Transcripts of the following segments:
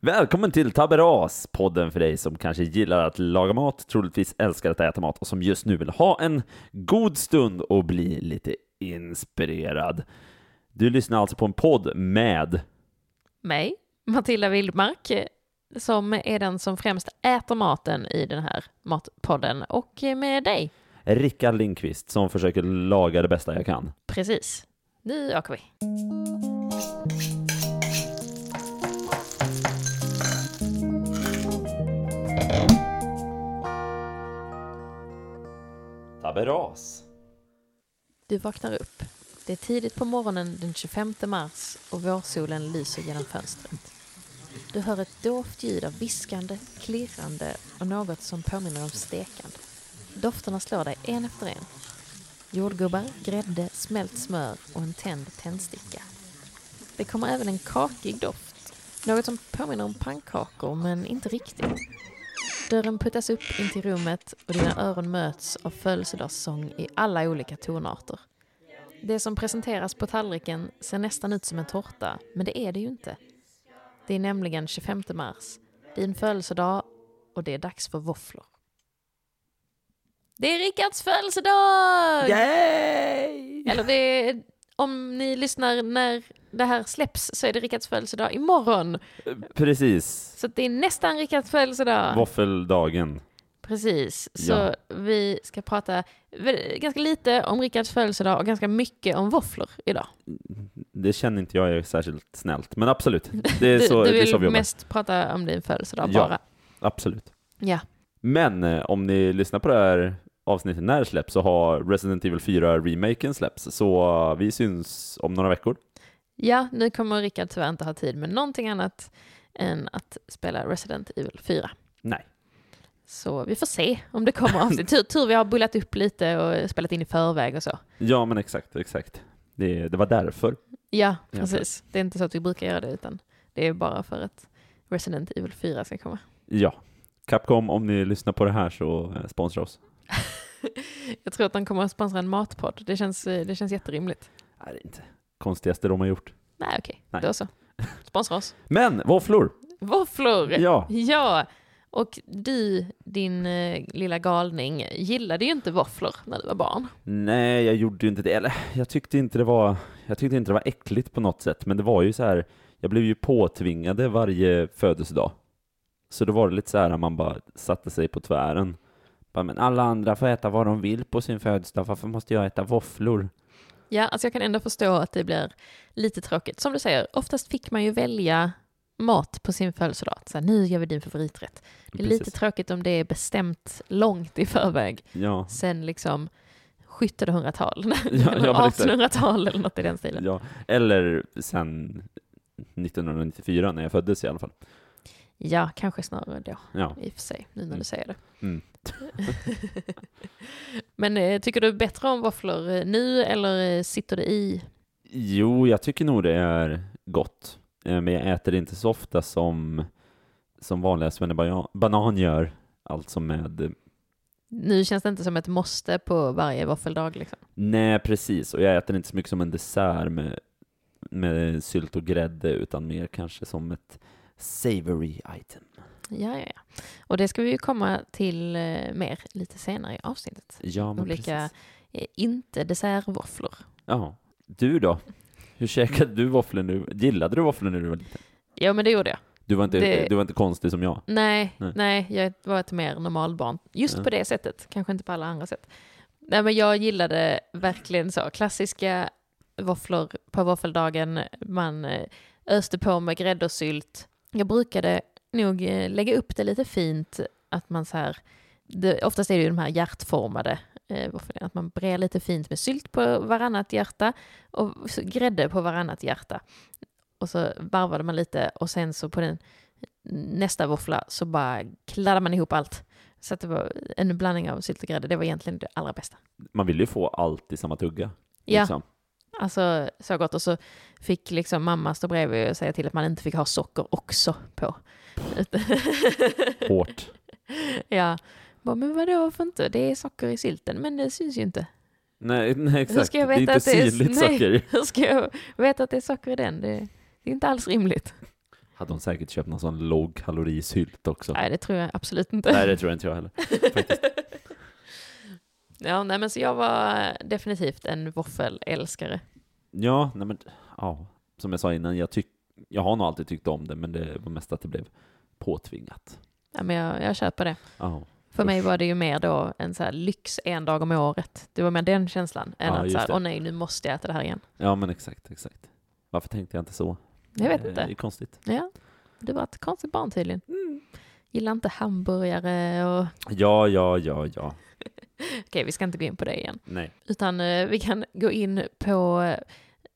Välkommen till Taberas, podden för dig som kanske gillar att laga mat, troligtvis älskar att äta mat och som just nu vill ha en god stund och bli lite inspirerad. Du lyssnar alltså på en podd med mig, Matilda Wildmark, som är den som främst äter maten i den här matpodden och med dig. Rickard Lindqvist som försöker laga det bästa jag kan. Precis. Nu åker vi. Taberas. Du vaknar upp. Det är tidigt på morgonen den 25 mars och vårsolen lyser genom fönstret. Du hör ett dovt ljud av viskande, klirrande och något som påminner om stekande. Dofterna slår dig en efter en. Jordgubbar, grädde, smält smör och en tänd tändsticka. Det kommer även en kakig doft. Något som påminner om pannkakor, men inte riktigt. Dörren puttas upp in till rummet och dina öron möts av födelsedagssång i alla olika tonarter. Det som presenteras på tallriken ser nästan ut som en tårta, men det är det ju inte. Det är nämligen 25 mars, din födelsedag och det är dags för våfflor. Det är Rickards födelsedag! Yay! Eller det är, om ni lyssnar när det här släpps så är det Rickards födelsedag imorgon. Precis. Så det är nästan Rickards födelsedag. Våffeldagen. Precis, så Ja. vi ska prata väl- ganska lite om Rickards födelsedag och ganska mycket om våfflor idag. Det känner inte jag är särskilt snällt, men absolut. Det är Du, så, du det är vill så vi jobbar. mest prata om din födelsedag Ja. bara. Absolut. Ja, Men eh, om ni lyssnar på det här avsnittet när det släpps så har Resident Evil 4-remaken släpps. Så eh, vi syns om några veckor. ja nu kommer Rickard tyvärr inte ha tid med någonting annat än att spela Resident Evil 4. Nej. Så vi får se om det kommer avsnitt. Tur, tur vi har bullat upp lite och spelat in i förväg och så. Ja, men exakt, exakt. Det, det var därför. Ja, Ja, precis. Det är inte så att vi brukar göra det utan det är bara för att Resident Evil 4 ska komma. Ja. Capcom, om ni lyssnar på det här så eh, sponsra oss. Jag tror att de kommer att sponsra en matpodd. Det känns, eh, det känns jätterimligt. Nej, det är inte konstigaste de har gjort. Nej, okej. Nej. Då så. Sponsra oss. Men våfflor! Våfflor! Ja. Ja. Och du, din eh, lilla galning, gillade ju inte våfflor när du var barn. Nej, jag gjorde ju inte det. Eller, jag tyckte inte det var, jag tyckte inte det var äckligt på något sätt. Men det var ju så här, jag blev ju påtvingade varje födelsedag. Så då var det lite så här, man bara satte sig på tvären. Bara, men alla andra får äta vad de vill på sin födelsedag, varför måste jag äta våfflor? Ja, alltså jag kan ändå förstå att det blir lite tråkigt. Som du säger, oftast fick man ju välja mat på sin födelsedag. Så här, nu gör vi din favoriträtt. Det är lite Precis. tråkigt om det är bestämt långt i förväg. Ja, Sen liksom 1700-tal, ja, eller men exakt. 1800-tal eller något i den stilen. ja. Eller sen 1994 när jag föddes i alla fall. Ja, kanske snarare då. Ja, i och för sig, nu när Mm. du säger det. Mm. Men eh, tycker du bättre om våfflor eh, nu eller eh, sitter det i? Jo, jag tycker nog det är gott. Eh, Men jag äter det inte så ofta som, som vanliga svennebanan banan gör. Alltså med... Nu känns det inte som ett måste på varje våffeldag liksom. Nej, precis. Och jag äter inte så mycket som en dessert med, med sylt och grädde, utan mer kanske som ett savory item. Ja, ja, ja. Och det ska vi ju komma till eh, mer lite senare i avsnittet. Ja, men Olika precis. eh, inte dessertvåfflor. Ja. Du då? Hur käkade du våfflor nu? Gillade du våfflor när du var liten? Ja, men det gjorde jag. Du var inte, Det- du var inte konstig som jag. Nej, Nej. nej. jag var ett mer normalbarn. Just Ja. på det sättet, kanske inte på alla andra sätt. Nej, men jag gillade verkligen så klassiska våfflor på våffeldagen. Man eh, öste på med grädde och sylt. Jag brukade nog eh, lägga upp det lite fint, att man så här, det, oftast är det ju de här hjärtformade eh, våffeln, att man brer lite fint med sylt på varannat hjärta och så grädde på varannat hjärta. Och så varvade man lite och sen så på den nästa våffla så bara kladdar man ihop allt. Så att det var en blandning av sylt och grädde. Det var egentligen det allra bästa. Man ville ju få allt i samma tugga. Ja, liksom. alltså så gott. Och så fick liksom mamma stå bredvid och säga till att man inte fick ha socker också på. Utan- Hårt. ja, bara, men vadå, varför inte? Det är socker i sylten, men det syns ju inte. Nej, nej exakt. Hur ska jag det är veta inte att det är- synligt nej. socker. Hur ska jag veta att det är socker i den? Det, det är inte alls rimligt. hade hon säkert köpt någon sån lågkalorisylt också. Nej, det tror jag absolut inte. Nej, det tror jag inte jag heller. Faktiskt. Ja, nej, men så jag var definitivt en våffelälskare. Ja, nej men, ja, som jag sa innan, jag, tyck, jag har nog alltid tyckt om det, men det var mest att det blev påtvingat. Ja, men jag, jag köper det. Ja, För mig Usch. var det ju mer då en så här lyx en dag om året. Det var mer den känslan än Ja, att så just här, det. åh nej, nu måste jag äta det här igen. ja men exakt, exakt. Varför tänkte jag inte så? Jag vet Eh, Det inte. är konstigt. Ja, du var ett konstigt barn tydligen. Gillar inte hamburgare och... Ja, ja, ja, ja. Okej, vi ska inte gå in på det igen. Nej. Utan eh, vi kan gå in på eh,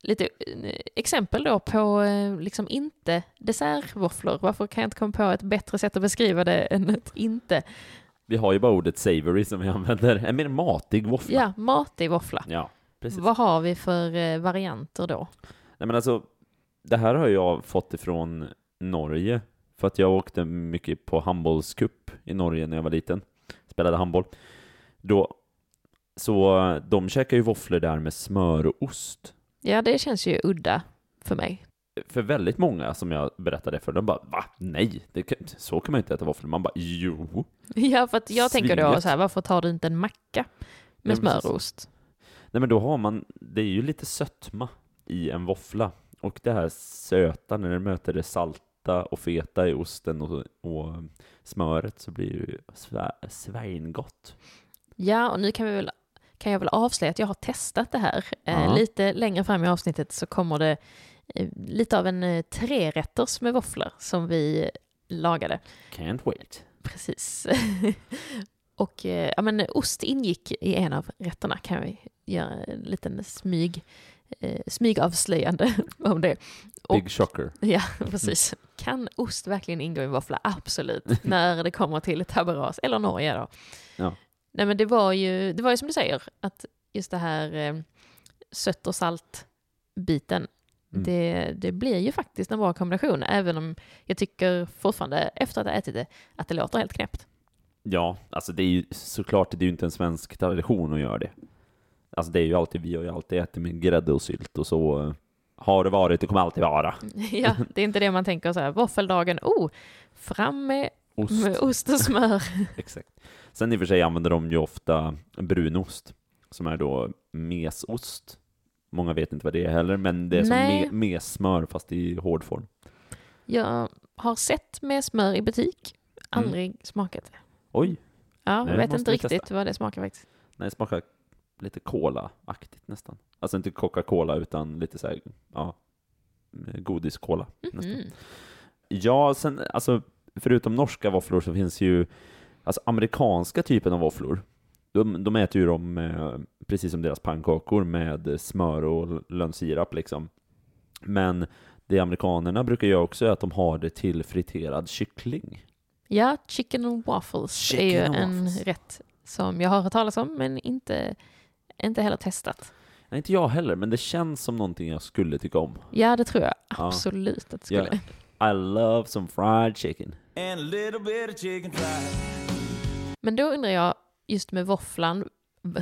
lite eh, exempel då på eh, liksom inte dessertvåfflor. Varför kan jag inte komma på ett bättre sätt att beskriva det än ett inte? Vi har ju bara ordet savory som vi använder. En mer matig våffla. Ja, matig våffla. ja precis. Vad har vi för eh, varianter då? Nej men alltså, det här har jag fått ifrån Norge, för att jag åkte mycket på handbollscup i Norge när jag var liten, spelade handboll. Då, så eh, de käkar ju våfflor där med smör och ost. Ja, det känns ju udda för mig. För väldigt många som jag berättade för, de bara va? Nej, det kan, så kan man ju inte äta våfflor. Man bara jo. Ja, för att jag tänker då Svinget. så här, varför tar du inte en macka Ja, med precis. smörost? Nej men då har man, det är ju lite sötma i en våffla. Och det här söta, när det möter det salta och feta i osten och, och smöret så blir det ju svä, svingott. Ja, och nu kan vi väl kan jag väl avslöja att jag har testat det här. Eh, Ja. lite längre fram i avsnittet så kommer det eh, lite av en eh, trerätters med våfflor som vi lagade. Can't wait. Precis. och eh, ja, men ost ingick i en av rätterna kan vi göra en liten smyg, eh, smygavslöjande om det. Big Och- shocker. Ja, Mm. precis. Kan ost verkligen ingå i en våffla? Absolut. När det kommer till tabaras, eller Norge då. Ja. Nej men det var ju, det var ju som du säger, att just det här eh, sött och salt-biten, Mm. det, det blir ju faktiskt en bra kombination, även om jag tycker fortfarande, efter att ha ätit det, att det låter helt knäppt. Ja, alltså det är ju såklart, det är ju inte en svensk tradition att göra det. Alltså det är ju alltid, vi har ju alltid ätit med grädde och sylt och så eh, har det varit, det kommer alltid vara. ja, det är inte det man tänker så här, våffeldagen, oh, fram med Ost. med ost och smör. Exakt. Sen i och för sig använder de ju ofta brunost, som är då mesost. Många vet inte vad det är heller, men det är som Nej. me- messmör fast i hård form. Jag har sett med smör i butik, aldrig smakat det. Oj, Ja, Nej, jag det vet måste inte vi riktigt vad det smakar faktiskt. nej, det smakar lite cola-aktigt nästan. Alltså inte Coca-Cola utan lite så här, ja, godis-cola. nästan. Mm. Ja, sen alltså förutom norska våfflor så finns ju alltså amerikanska typen av våfflor. De, de äter ju dem eh, precis som deras pannkakor med smör och lönnsirap liksom. Men det amerikanerna brukar göra också är att de har det till friterad kyckling. Ja, chicken and waffles är ju Chicken and en waffles. rätt som jag har hört talas om men inte, inte heller testat. Nej, inte jag heller, men det känns som någonting jag skulle tycka om. Ja, det tror jag Ja. absolut att det skulle. Jag, I love some fried chicken. and a little bit of chicken fried. Men då undrar jag, just med våfflan,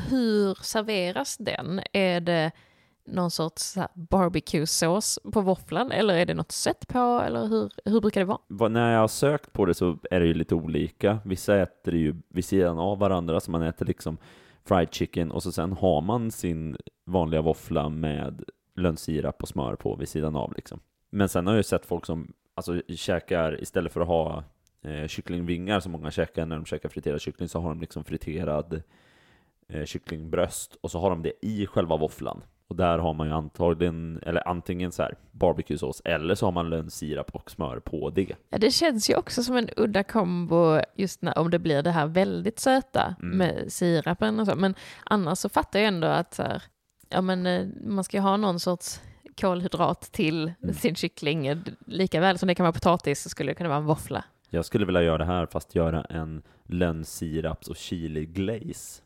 hur serveras den? Är det någon sorts så här barbecue-sås på våfflan eller är det något sött på eller hur, hur brukar det vara? vad, när jag har sökt på det så är det ju lite olika. Vissa äter det ju vid sidan av varandra, så man äter liksom fried chicken och så sen har man sin vanliga våffla med lönnsirap och smör på vid sidan av liksom. Men sen har jag ju sett folk som alltså, käkar, istället för att ha eh, kycklingvingar som många käkar när de käkar friterad kyckling, så har de liksom friterad eh, kycklingbröst och så har de det i själva våfflan. Och där har man ju antagligen, eller antingen så här barbecuesås, eller så har man lönnsirap och smör på det. Ja, det känns ju också som en udda kombo just när, om det blir det här väldigt söta Mm. med sirapen och så. Men annars så fattar jag ändå att så här, ja, men, eh, man ska ju ha någon sorts kolhydrat till Mm. sin kyckling. Eh, D- Lika väl som det kan vara potatis så skulle det kunna vara en våffla. Jag skulle vilja göra det här fast göra en lönnsiraps och chili glaze.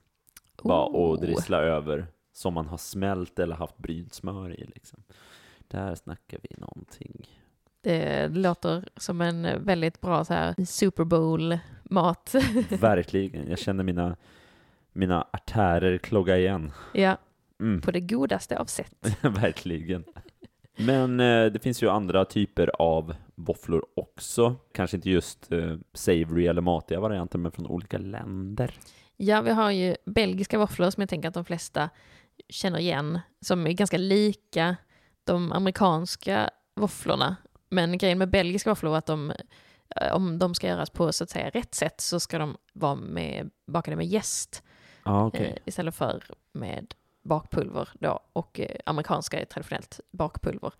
Bara och drissla över som man har smält eller haft brynt smör i liksom. Där snackar vi någonting. Det låter som en väldigt bra så här, Super Bowl-mat. Verkligen, jag känner mina, mina artärer klogga igen. ja, Mm, på det godaste av sätt. verkligen. Men eh, det finns ju andra typer av våfflor också. Kanske inte just eh, savory eller matiga varianter, men från olika länder. Ja, vi har ju belgiska våfflor som jag tänker att de flesta känner igen, som är ganska lika de amerikanska våfflorna. Men grejen med belgiska våfflor är att de, eh, om de ska göras på så att säga rätt sätt så ska de vara med, bakade med jäst Ja, eh, istället för med bakpulver då. Och eh, amerikanska är traditionellt bakpulver.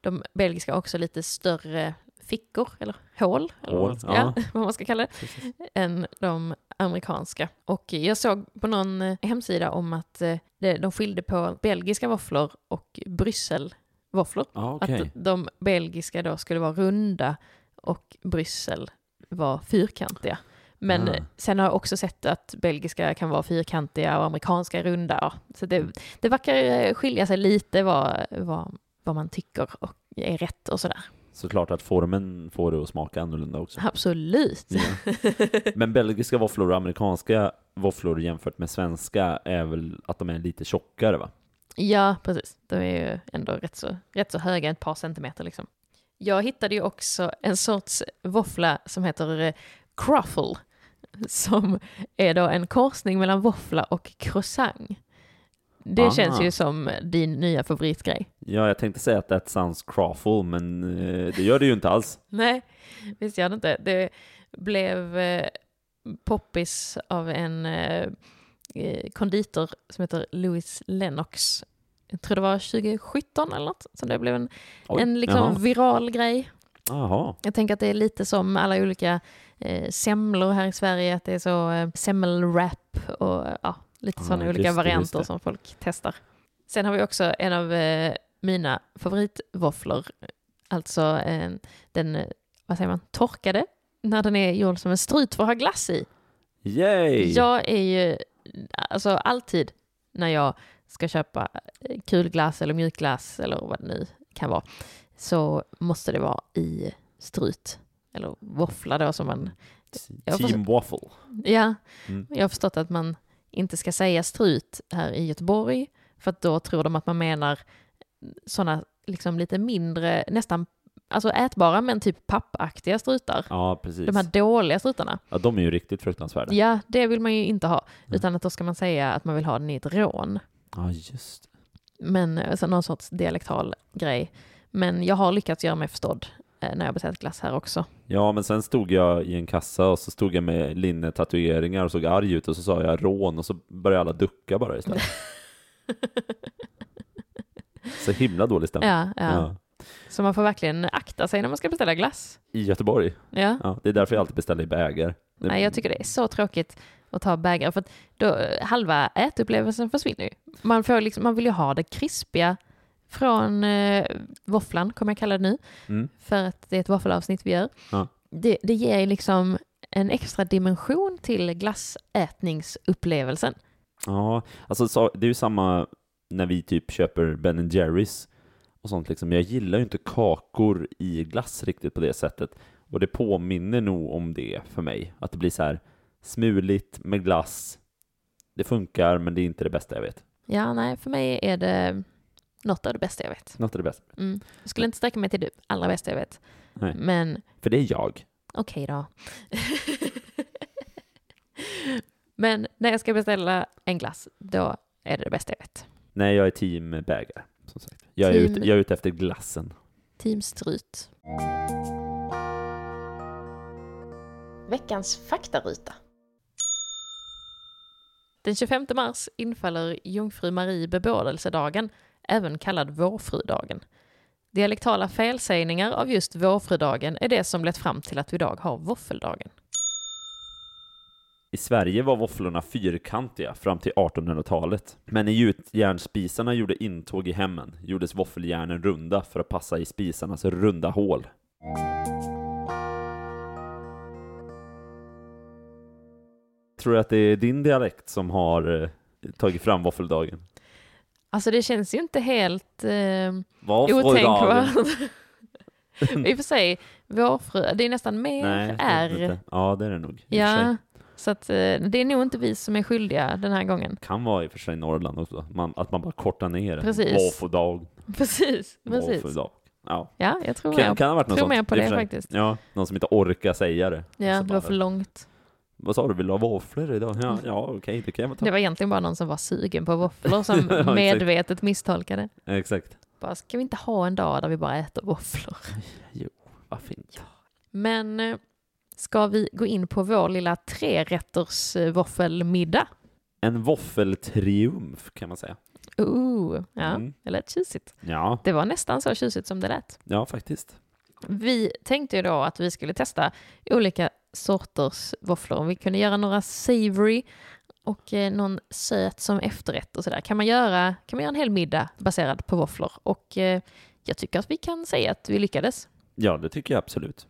De belgiska har också lite större fickor eller hål, eller vad, Hål, man ska, ja. ja, vad man ska kalla det Precis. än de amerikanska. Och jag såg på någon eh, hemsida om att eh, det- de skilde på belgiska våfflor och Brysselvåfflor. Ja, Ah, okej. Att de belgiska då skulle vara runda och Bryssel var fyrkantiga. Men Ah. eh, sen har jag också sett att belgiska kan vara fyrkantiga och amerikanska är runda. Ja. Så det, det verkar eh, skilja sig lite vad, vad, vad man tycker och är rätt och sådär. Såklart att formen får det att smaka annorlunda också. Absolut. Ja. Men belgiska våfflor och amerikanska våfflor jämfört med svenska är väl att de är lite tjockare va? Ja, precis. De är ju ändå rätt så, rätt så höga, ett par centimeter liksom. Jag hittade ju också en sorts våffla som heter eh, cruffle, som är då en korsning mellan våffla och croissant. Det Ah. känns ju som din nya favoritgrej. Ja, jag tänkte säga att that sounds crawful, men eh, det gör det ju inte alls. Nej, visst gör det inte. Det blev eh, poppis av en eh, eh, konditor som heter Louis Lennox. Jag tror det var 2017 eller något, så det blev en Oj, en liksom jaha. viral grej. Jaha. Jag tänker att det är lite som alla olika eh, semlor här i Sverige, att det är så eh, semmelwrap och eh, ja, lite Ah, sådana just det, olika just varianter det. som folk testar. Sen har vi också en av eh, mina favoritvåfflor, alltså eh, den, eh, vad säger man, torkade, när den är gjord som en strut för att ha glass i. Yay! Jag är ju, alltså alltid när jag ska köpa eh, kulglass eller mjukglass eller vad det nu kan vara, så måste det vara i strut. Eller våffla då som man, jag får- Team Waffle. ja, Mm. jag har förstått att man inte ska säga strut här i Göteborg, för att då tror de att man menar sådana liksom lite mindre, nästan, alltså ätbara men typ pappaktiga strutar. Ja, precis. De här dåliga strutarna. Ja, de är ju riktigt fruktansvärda. Ja, Ja, det Mm. vill man ju inte ha. Nej. Utan att då ska man säga att man vill ha den i ett rån. just det. Men alltså någon sorts dialektal grej. Men jag har lyckats göra mig förstådd eh, när jag beställt glass här också. Ja, men sen stod jag i en kassa och så stod jag med linnetatueringar och såg arg ut och så sa jag rån och så började alla ducka bara istället. så himla dålig stämning. Ja, ja. Så man får verkligen akta sig när man ska beställa glass. I Göteborg. Ja. Ja, det är därför jag alltid beställer i bägare. Nej, jag tycker det är så tråkigt att ta bägare. För att då, halva ätupplevelsen försvinner ju. Man, får liksom, man vill ju ha det krispiga från eh, våfflan, kommer jag kalla det nu. Mm. för att det är ett våffelavsnitt vi gör. Ja. Det, det ger ju liksom en extra dimension till glassätningsupplevelsen. Ja, alltså så- det är ju samma när vi typ köper Ben Jerrys och sånt liksom. Jag gillar ju inte kakor i glass riktigt på det sättet. Och det påminner nog om det för mig. Att det blir så här smuligt med glass. Det funkar, men det är inte det bästa jag vet. Ja, nej, för mig är det något av det bästa jag vet. Något är det bästa. Mm. Jag skulle inte sträcka mig till det allra bästa jag vet. Nej. Men För det är jag. okej då. Men när jag ska beställa en glass, då är det det bästa jag vet. Nej, jag är team bägare. Som sagt. Jag, är Team- ute, jag är ute efter glassen. Team Strut. Veckans faktaruta. Den 25 mars infaller Jungfru Marie bebådelsedagen, även kallad Vårfrudagen. Dialektala felsägningar av just Vårfrudagen är det som lett fram till att vi idag har våffeldagen. I Sverige var våfflorna fyrkantiga fram till 1800-talet. Men när gjutjärnspisarna gjorde intåg i hemmen gjordes våffeljärnen runda för att passa i spisarnas runda hål. Tror du att det är din dialekt som har eh, tagit fram våffeldagen? Alltså det känns ju inte helt eh, Våffeldagen? otänkbart. I och för sig, vårfru, det är nästan mer Nej, är... det är inte. Ja, det är det nog. I och för sig. Ja, så att, eh, det är nog inte vi som är skyldiga den här gången. Kan vara i och för sig Norrland också, man, att man bara kortar ner det. Precis. Våffeldag, Precis, precis. våffeldag. Ja. Ja, jag tror Kan, jag. kan ha varit något tror sånt. med på i och det för sig. faktiskt. Ja, någon som inte orkar säga det. Ja, Så det bara, var för långt. Vad sa du, vill du ha våfflor idag? Ja, Mm. ja okej, det kan jag väl ta. Det var egentligen bara någon som var sugen på våfflor som Ja, exakt. medvetet misstolkade. Exakt. Bara, ska vi inte ha en dag där vi bara äter våfflor? Varför inte? Men eh, ska vi gå in på vår lilla trerätters eh, våffelmiddag? En våffeltriumf kan man säga. Ooh, ja, Mm. det lät tjusigt. Ja, Det var nästan så tjusigt som det lät. ja faktiskt. Vi tänkte ju då att vi skulle testa olika sorters våfflor. Vi kunde göra några savory och eh, någon söt som efterrätt och sådär. Kan man göra, kan man göra en hel middag baserad på våfflor? Och eh, jag tycker att vi kan säga att vi lyckades. Ja, det tycker jag absolut.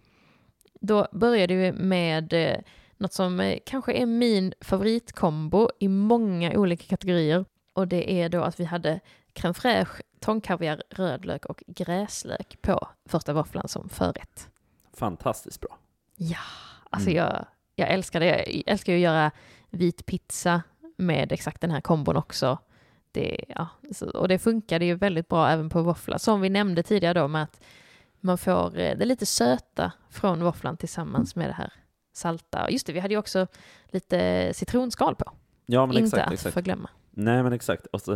Då började vi med eh, något som eh, kanske är min favoritkombo i många olika kategorier. Och det är då att vi hade crème fraîche, tångkaviar, rödlök och gräslök på första våfflan som förrätt. Fantastiskt bra. Alltså Mm. jag, jag älskar det. Jag älskar ju att göra vit pizza med exakt den här kombon också. Det, ja, så, och det funkade ju väldigt bra även på våffla. Som vi nämnde tidigare då med att man får eh, det lite söta från våfflan tillsammans med det här salta. Och Just det, vi hade ju också lite citronskal på. Ja, men Inte exakt, att exakt. förglömma. Nej, men exakt. Och så,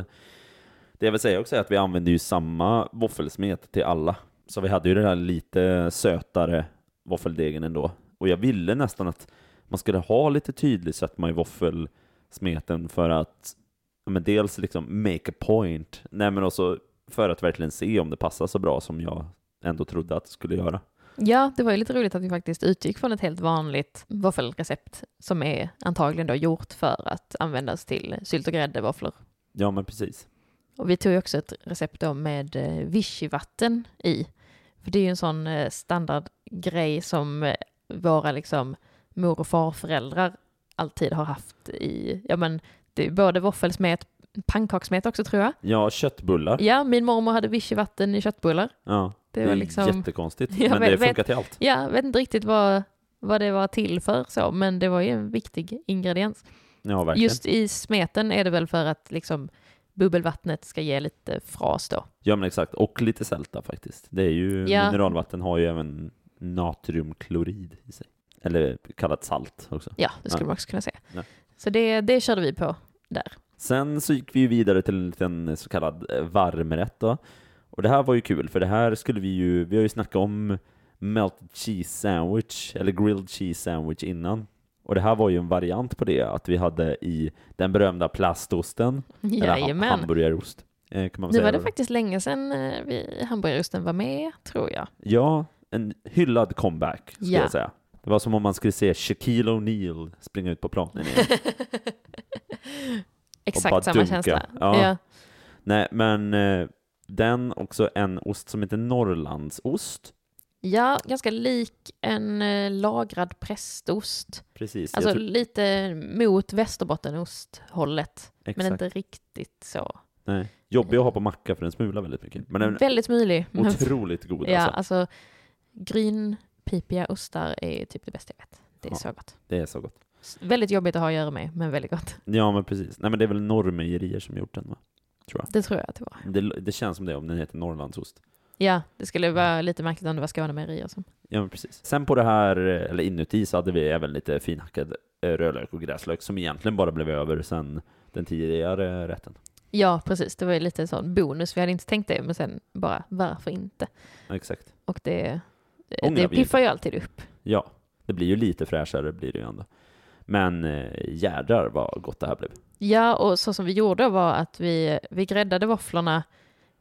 det jag vill säga också är att vi använder ju samma våffelsmet till alla. Så vi hade ju den här lite sötare våffeldegen ändå. Och jag ville nästan att man skulle ha lite tydlig sötma i våffelsmeten för att ja, men dels liksom make a point, nej men också för att verkligen se om det passar så bra som jag ändå trodde att det skulle göra. Ja, det var ju lite roligt att vi faktiskt utgick från ett helt vanligt våffelrecept som är antagligen då gjort för att användas till sylt och gräddevåfflor. Ja, men precis. Och vi tog ju också ett recept då med eh, vichyvatten i. För det är ju en sån eh, standardgrej som eh, våra liksom mor och farföräldrar alltid har haft i, ja men det är både våffelsmet, pannkakssmet också tror jag. Ja, köttbullar. Ja, min mormor hade vichyvatten i köttbullar. Ja, Det det var är liksom, jättekonstigt, Jag men det vet- vet- funkar till allt. ja, jag vet inte riktigt vad, vad det var till för så, men det var ju en viktig ingrediens. Ja, verkligen. Just i smeten är det väl för att liksom bubbelvattnet ska ge lite fras då. Ja men exakt, och lite sälta faktiskt. Det är ju, Ja. mineralvatten har ju även natriumklorid i sig. Eller kallat salt också. Ja, det skulle Ja. man också kunna säga. Ja. Så det, det körde vi på där. Sen så gick vi ju vidare till en liten så kallad eh, varmrätt då. Och det här var ju kul, för det här skulle vi ju, vi har ju snackat om melted cheese sandwich, eller grilled cheese sandwich innan. Och det här var ju en variant på det, att vi hade i den berömda plastosten, eller ha- Jajamän. hamburgerost. eh, Kan man Nu säga var det då. faktiskt länge sedan eh, vi hamburgerosten var med, tror jag. Ja, en hyllad comeback skulle Ja. jag säga. Det var som om man skulle se Shaquille O'Neal springa ut på planen igen. bara Exakt samma dunka. känsla. Ja. Nej, men eh, den också en ost som heter Norrlandsost. Ja, ganska lik en eh, lagrad prästost. Precis. jag Alltså tror- lite mot Västerbottenost-hållet, men exakt. inte riktigt så. Nej. Jobbig att ha på macka för den smular väldigt mycket. Men den är Väldigt mylig. men- otroligt god ja, alltså. alltså grynpipiga ostar är typ det bästa jag vet. Det är Ja. så gott. Det är så gott. S- Väldigt jobbigt att ha att göra med, men väldigt gott. Ja, men precis. Nej, men det är väl Norrmejerier som gjort den va? Tror jag. Det tror jag att det var. Det, det känns som det om den heter Norrlandsost. Ja, det skulle vara lite märkligt om det var Skånemejerier som... Ja, men precis. Sen på det här, eller inuti, så hade vi även lite finhackad eh, rödlök och gräslök som egentligen bara blev över sen den tidigare rätten. Ja, precis. Det var ju lite sån bonus. Vi hade inte tänkt det, men sen bara varför inte? Exakt. Och det, det, Ångrar det vi ju piffar ju alltid upp. Ja, det blir ju lite fräschare blir det ju ändå. Men eh, jädrar vad gott det här blev. Ja, och så som vi gjorde var att vi, vi gräddade våfflorna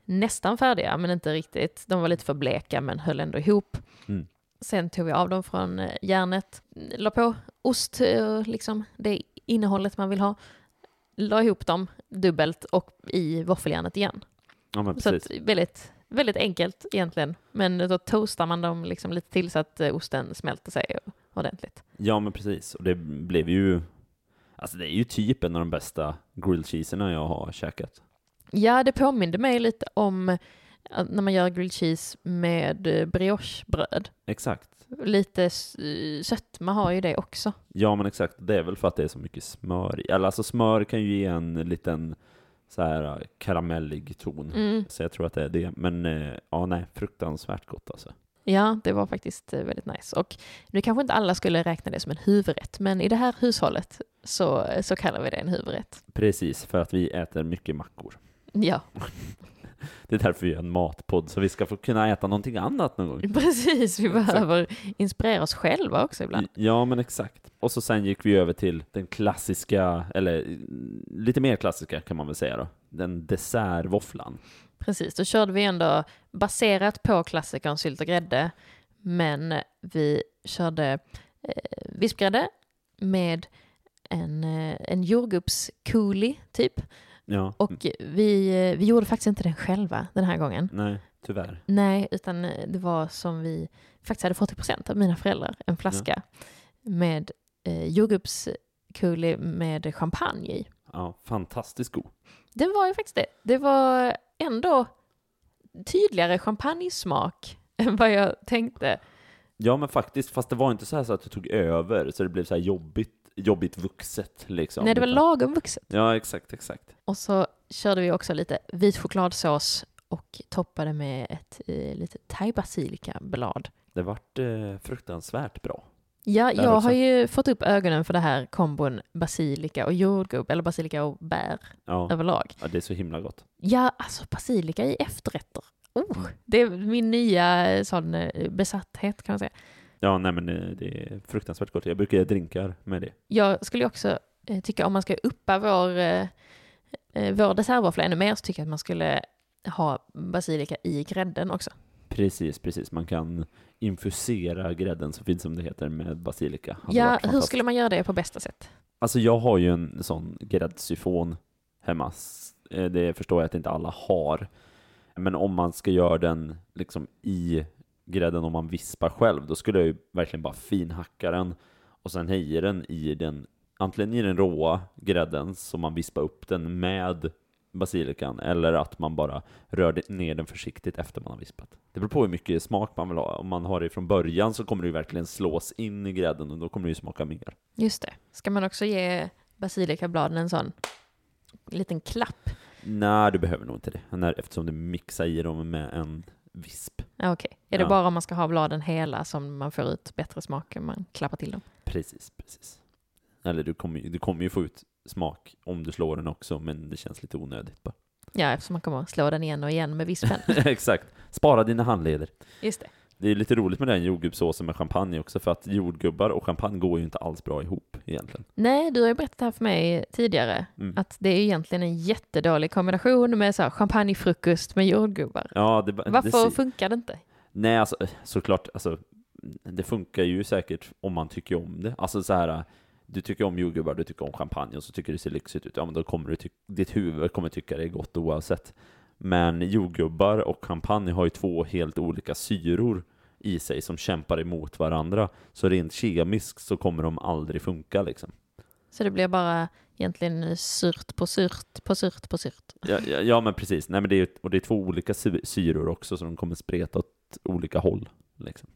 nästan färdiga, men inte riktigt. De var lite för bleka, men höll ändå ihop. Mm. Sen tog vi av dem från eh, järnet, la på ost, eh, liksom det innehållet man vill ha, la ihop dem dubbelt och i våffeljärnet igen. Ja, men Så precis. att, väldigt, väldigt enkelt egentligen. Men då toastar man dem liksom lite till så att eh, osten smälter sig ordentligt. Ja, men precis. Och det blev ju... Alltså det är ju typ en av de bästa grilled cheeserna jag har käkat. Ja, det påminde mig lite om eh, när man gör grilled cheese med eh, briochebröd. Exakt. Lite s- eh, sötma har ju det också. Ja, men exakt. Det är väl för att det är så mycket smör i. Eller alltså smör kan ju ge en liten så här eh, karamellig ton. Mm. Så jag tror att det är det. Men eh, ja, nej, fruktansvärt gott alltså. Ja, det var faktiskt eh, väldigt nice. Och nu kanske inte alla skulle räkna det som en huvudrätt, men i det här hushållet så, eh, så kallar vi det en huvudrätt. Precis, för att vi äter mycket mackor. Ja, Det är därför vi gör en matpodd, så vi ska få kunna äta någonting annat någon gång. precis. Vi behöver inspirera oss själva också ibland. Ja, men exakt. Och så sen gick vi över till den klassiska, eller mm, lite mer klassiska kan man väl säga då, den dessertvåfflan. Precis, då körde vi ändå baserat på klassikern sylt och grädde, men vi körde eh, vispgrädde med en, eh, en jordgubbskuli typ. Ja, Mm, Och vi, eh, vi gjorde faktiskt inte den själva den här gången. nej, tyvärr. Nej, utan eh, det var som vi faktiskt hade fått i procent av mina föräldrar, en flaska med eh, jordgubbskuli med champagne i. Ja, fantastiskt god. Den var ju faktiskt det. Det var ändå tydligare champagnesmak än vad jag tänkte. Ja, men faktiskt, fast det var inte så här så att du tog över, så det blev så här jobbigt, jobbigt vuxet liksom. Nej, det var Utan- lagom vuxet. Ja, exakt, exakt. Och så körde vi också lite vit chokladsås och toppade med ett eh, lite thai-basilika-blad. Det vart eh, fruktansvärt bra. Ja, Där jag också. har ju fått upp ögonen för det här kombon basilika och jordgubb, eller basilika och bär Ja, överlag. ja, det är så himla gott. Ja, alltså basilika i efterrätter. Oh, det är min nya eh, sån eh, besatthet kan man säga. Ja, nej men eh, det är fruktansvärt gott. Jag brukar göra drinkar med det. Jag skulle ju också eh, tycka om man ska uppa vår, eh, eh, vår dessertvåffla ännu mer så tycker jag att man skulle ha basilika i grädden också. Precis, precis. Man kan infusera grädden så fint som det heter med basilika. Hade varit Ja, hur fantastiskt. skulle man göra det på bästa sätt? Alltså jag har ju en sån gräddsyfon hemma. S- eh, Det förstår jag att inte alla har. Men om man ska göra den liksom i grädden om man vispar själv, då skulle jag ju verkligen bara finhacka den och sen heja den i den, antingen i den råa grädden som man vispar upp den med basilikan, eller att man bara rör det- ner den försiktigt efter man har vispat. Det beror på hur mycket smak man vill ha. Om man har det från början så kommer det ju verkligen slås in i grädden och då kommer det ju smaka mer. Just det. Ska man också ge basilikabladen en sån liten klapp? Nej, du behöver nog inte det. Den här- Eftersom du mixar i dem med en visp. Ja, Okej, är det Ja. bara om man ska ha bladen hela som man får ut bättre smak om man klappar till dem? Precis, precis. Eller du kommer, ju- du kommer ju få ut smak om du slår den också, men det känns lite onödigt bara. Ja, eftersom man kommer slå den igen och igen med vispen. Exakt. Spara dina handleder. Just det. Det är lite roligt med den jordgubbsåsen med champagne också, för att jordgubbar och champagne går ju inte alls bra ihop egentligen. Nej, du har ju berättat det här för mig tidigare. Mm. Att det är egentligen en jättedålig kombination med så här champagnefrukost med jordgubbar. Ja, det, ba- Varför det, funkar det inte? Nej, alltså såklart, alltså, det funkar ju säkert om man tycker om det. Alltså så här, du tycker om jordgubbar, du tycker om champagne och så tycker det ser lyxigt ut. Ja, men då kommer du ty- ditt huvud kommer tycka det är gott oavsett. Men jordgubbar och champagne har ju två helt olika syror i sig som kämpar emot varandra. Så rent kemiskt så kommer de aldrig funka liksom. Så det blir bara egentligen surt på surt på surt på surt. Ja, ja, ja men precis. Nej, men det är, ju- och det är två olika sy- syror också, så de kommer spreta åt olika håll. Liksom.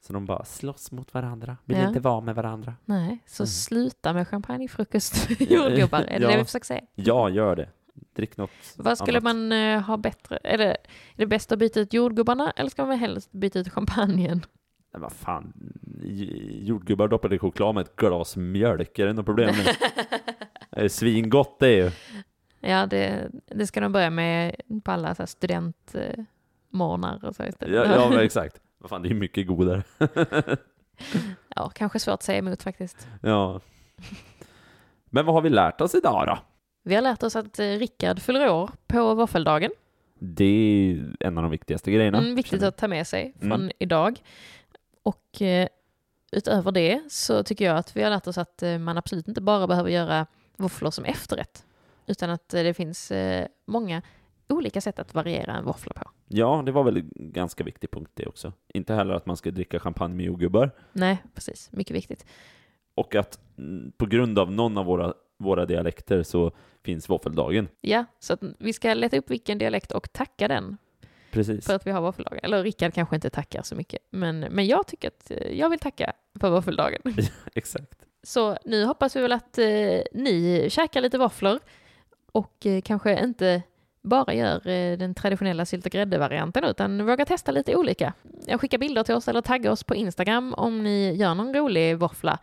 Så de bara slåss mot varandra, vill Ja. inte vara med varandra. Nej, så Mm. sluta med champagnefrukost med jordgubbar. Är det Ja. det vi försöker säga? Ja, gör det. Drick något Vad skulle annat. man eh, ha bättre? Är det, är det bäst att byta ut jordgubbarna eller ska man helst byta ut champagnen? Nej, vad fan. J- Jordgubbar doppade i choklad med ett glas mjölk, är det något problem? med det? det är svingott det är ju. Ja, det, det ska de börja med på alla så här studentmorgnar och så istället. Ja, ja men exakt. Vad fan, det är ju mycket godare. Ja, kanske svårt att säga emot faktiskt. Ja. Men vad har vi lärt oss idag då? Vi har lärt oss att eh, Rickard fyller år på våffeldagen. Det är ju en av de viktigaste grejerna. Mm, viktigt känner jag. att ta med sig från Mm. idag. Och eh, utöver det så tycker jag att vi har lärt oss att eh, man absolut inte bara behöver göra våfflor som efterrätt. Utan att eh, det finns eh, många olika sätt att variera en våffla på. Ja, det var väl en ganska viktig punkt det också. Inte heller att man ska dricka champagne med jordgubbar. Nej, precis. Mycket viktigt. Och att mm, på grund av någon av våra, våra dialekter så finns våffeldagen. Ja, så att vi ska leta upp vilken dialekt och tacka den Precis. för att vi har våffeldagen. Eller Rickard kanske inte tackar så mycket, men, men jag tycker att eh, jag vill tacka för våffeldagen. Exakt. Så nu hoppas vi väl att eh, ni käkar lite våfflor Och eh, kanske inte bara gör eh, den traditionella sylt och grädde-varianten utan vågar testa lite olika. Eh, Skicka bilder till oss eller tagga oss på Instagram om ni gör någon rolig våffla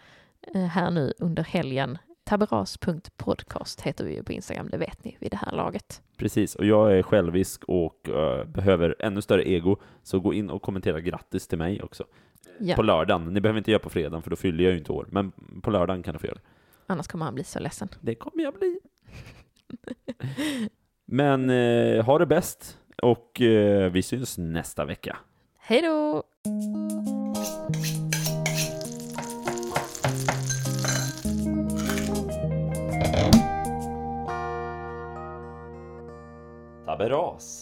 eh, här nu under helgen. Taberas.podcast heter vi ju på Instagram, det vet ni vid det här laget. Precis, och jag är självisk och eh, behöver ännu större ego, så gå in och kommentera grattis till mig också. Ja, På lördagen. Ni behöver inte göra på fredagen, för då fyller jag ju inte år. Men på lördagen kan du få göra det. annars kommer han bli så ledsen. Det kommer jag bli. Men eh, ha det bäst, och eh, vi syns nästa vecka. Hej då! Taberas!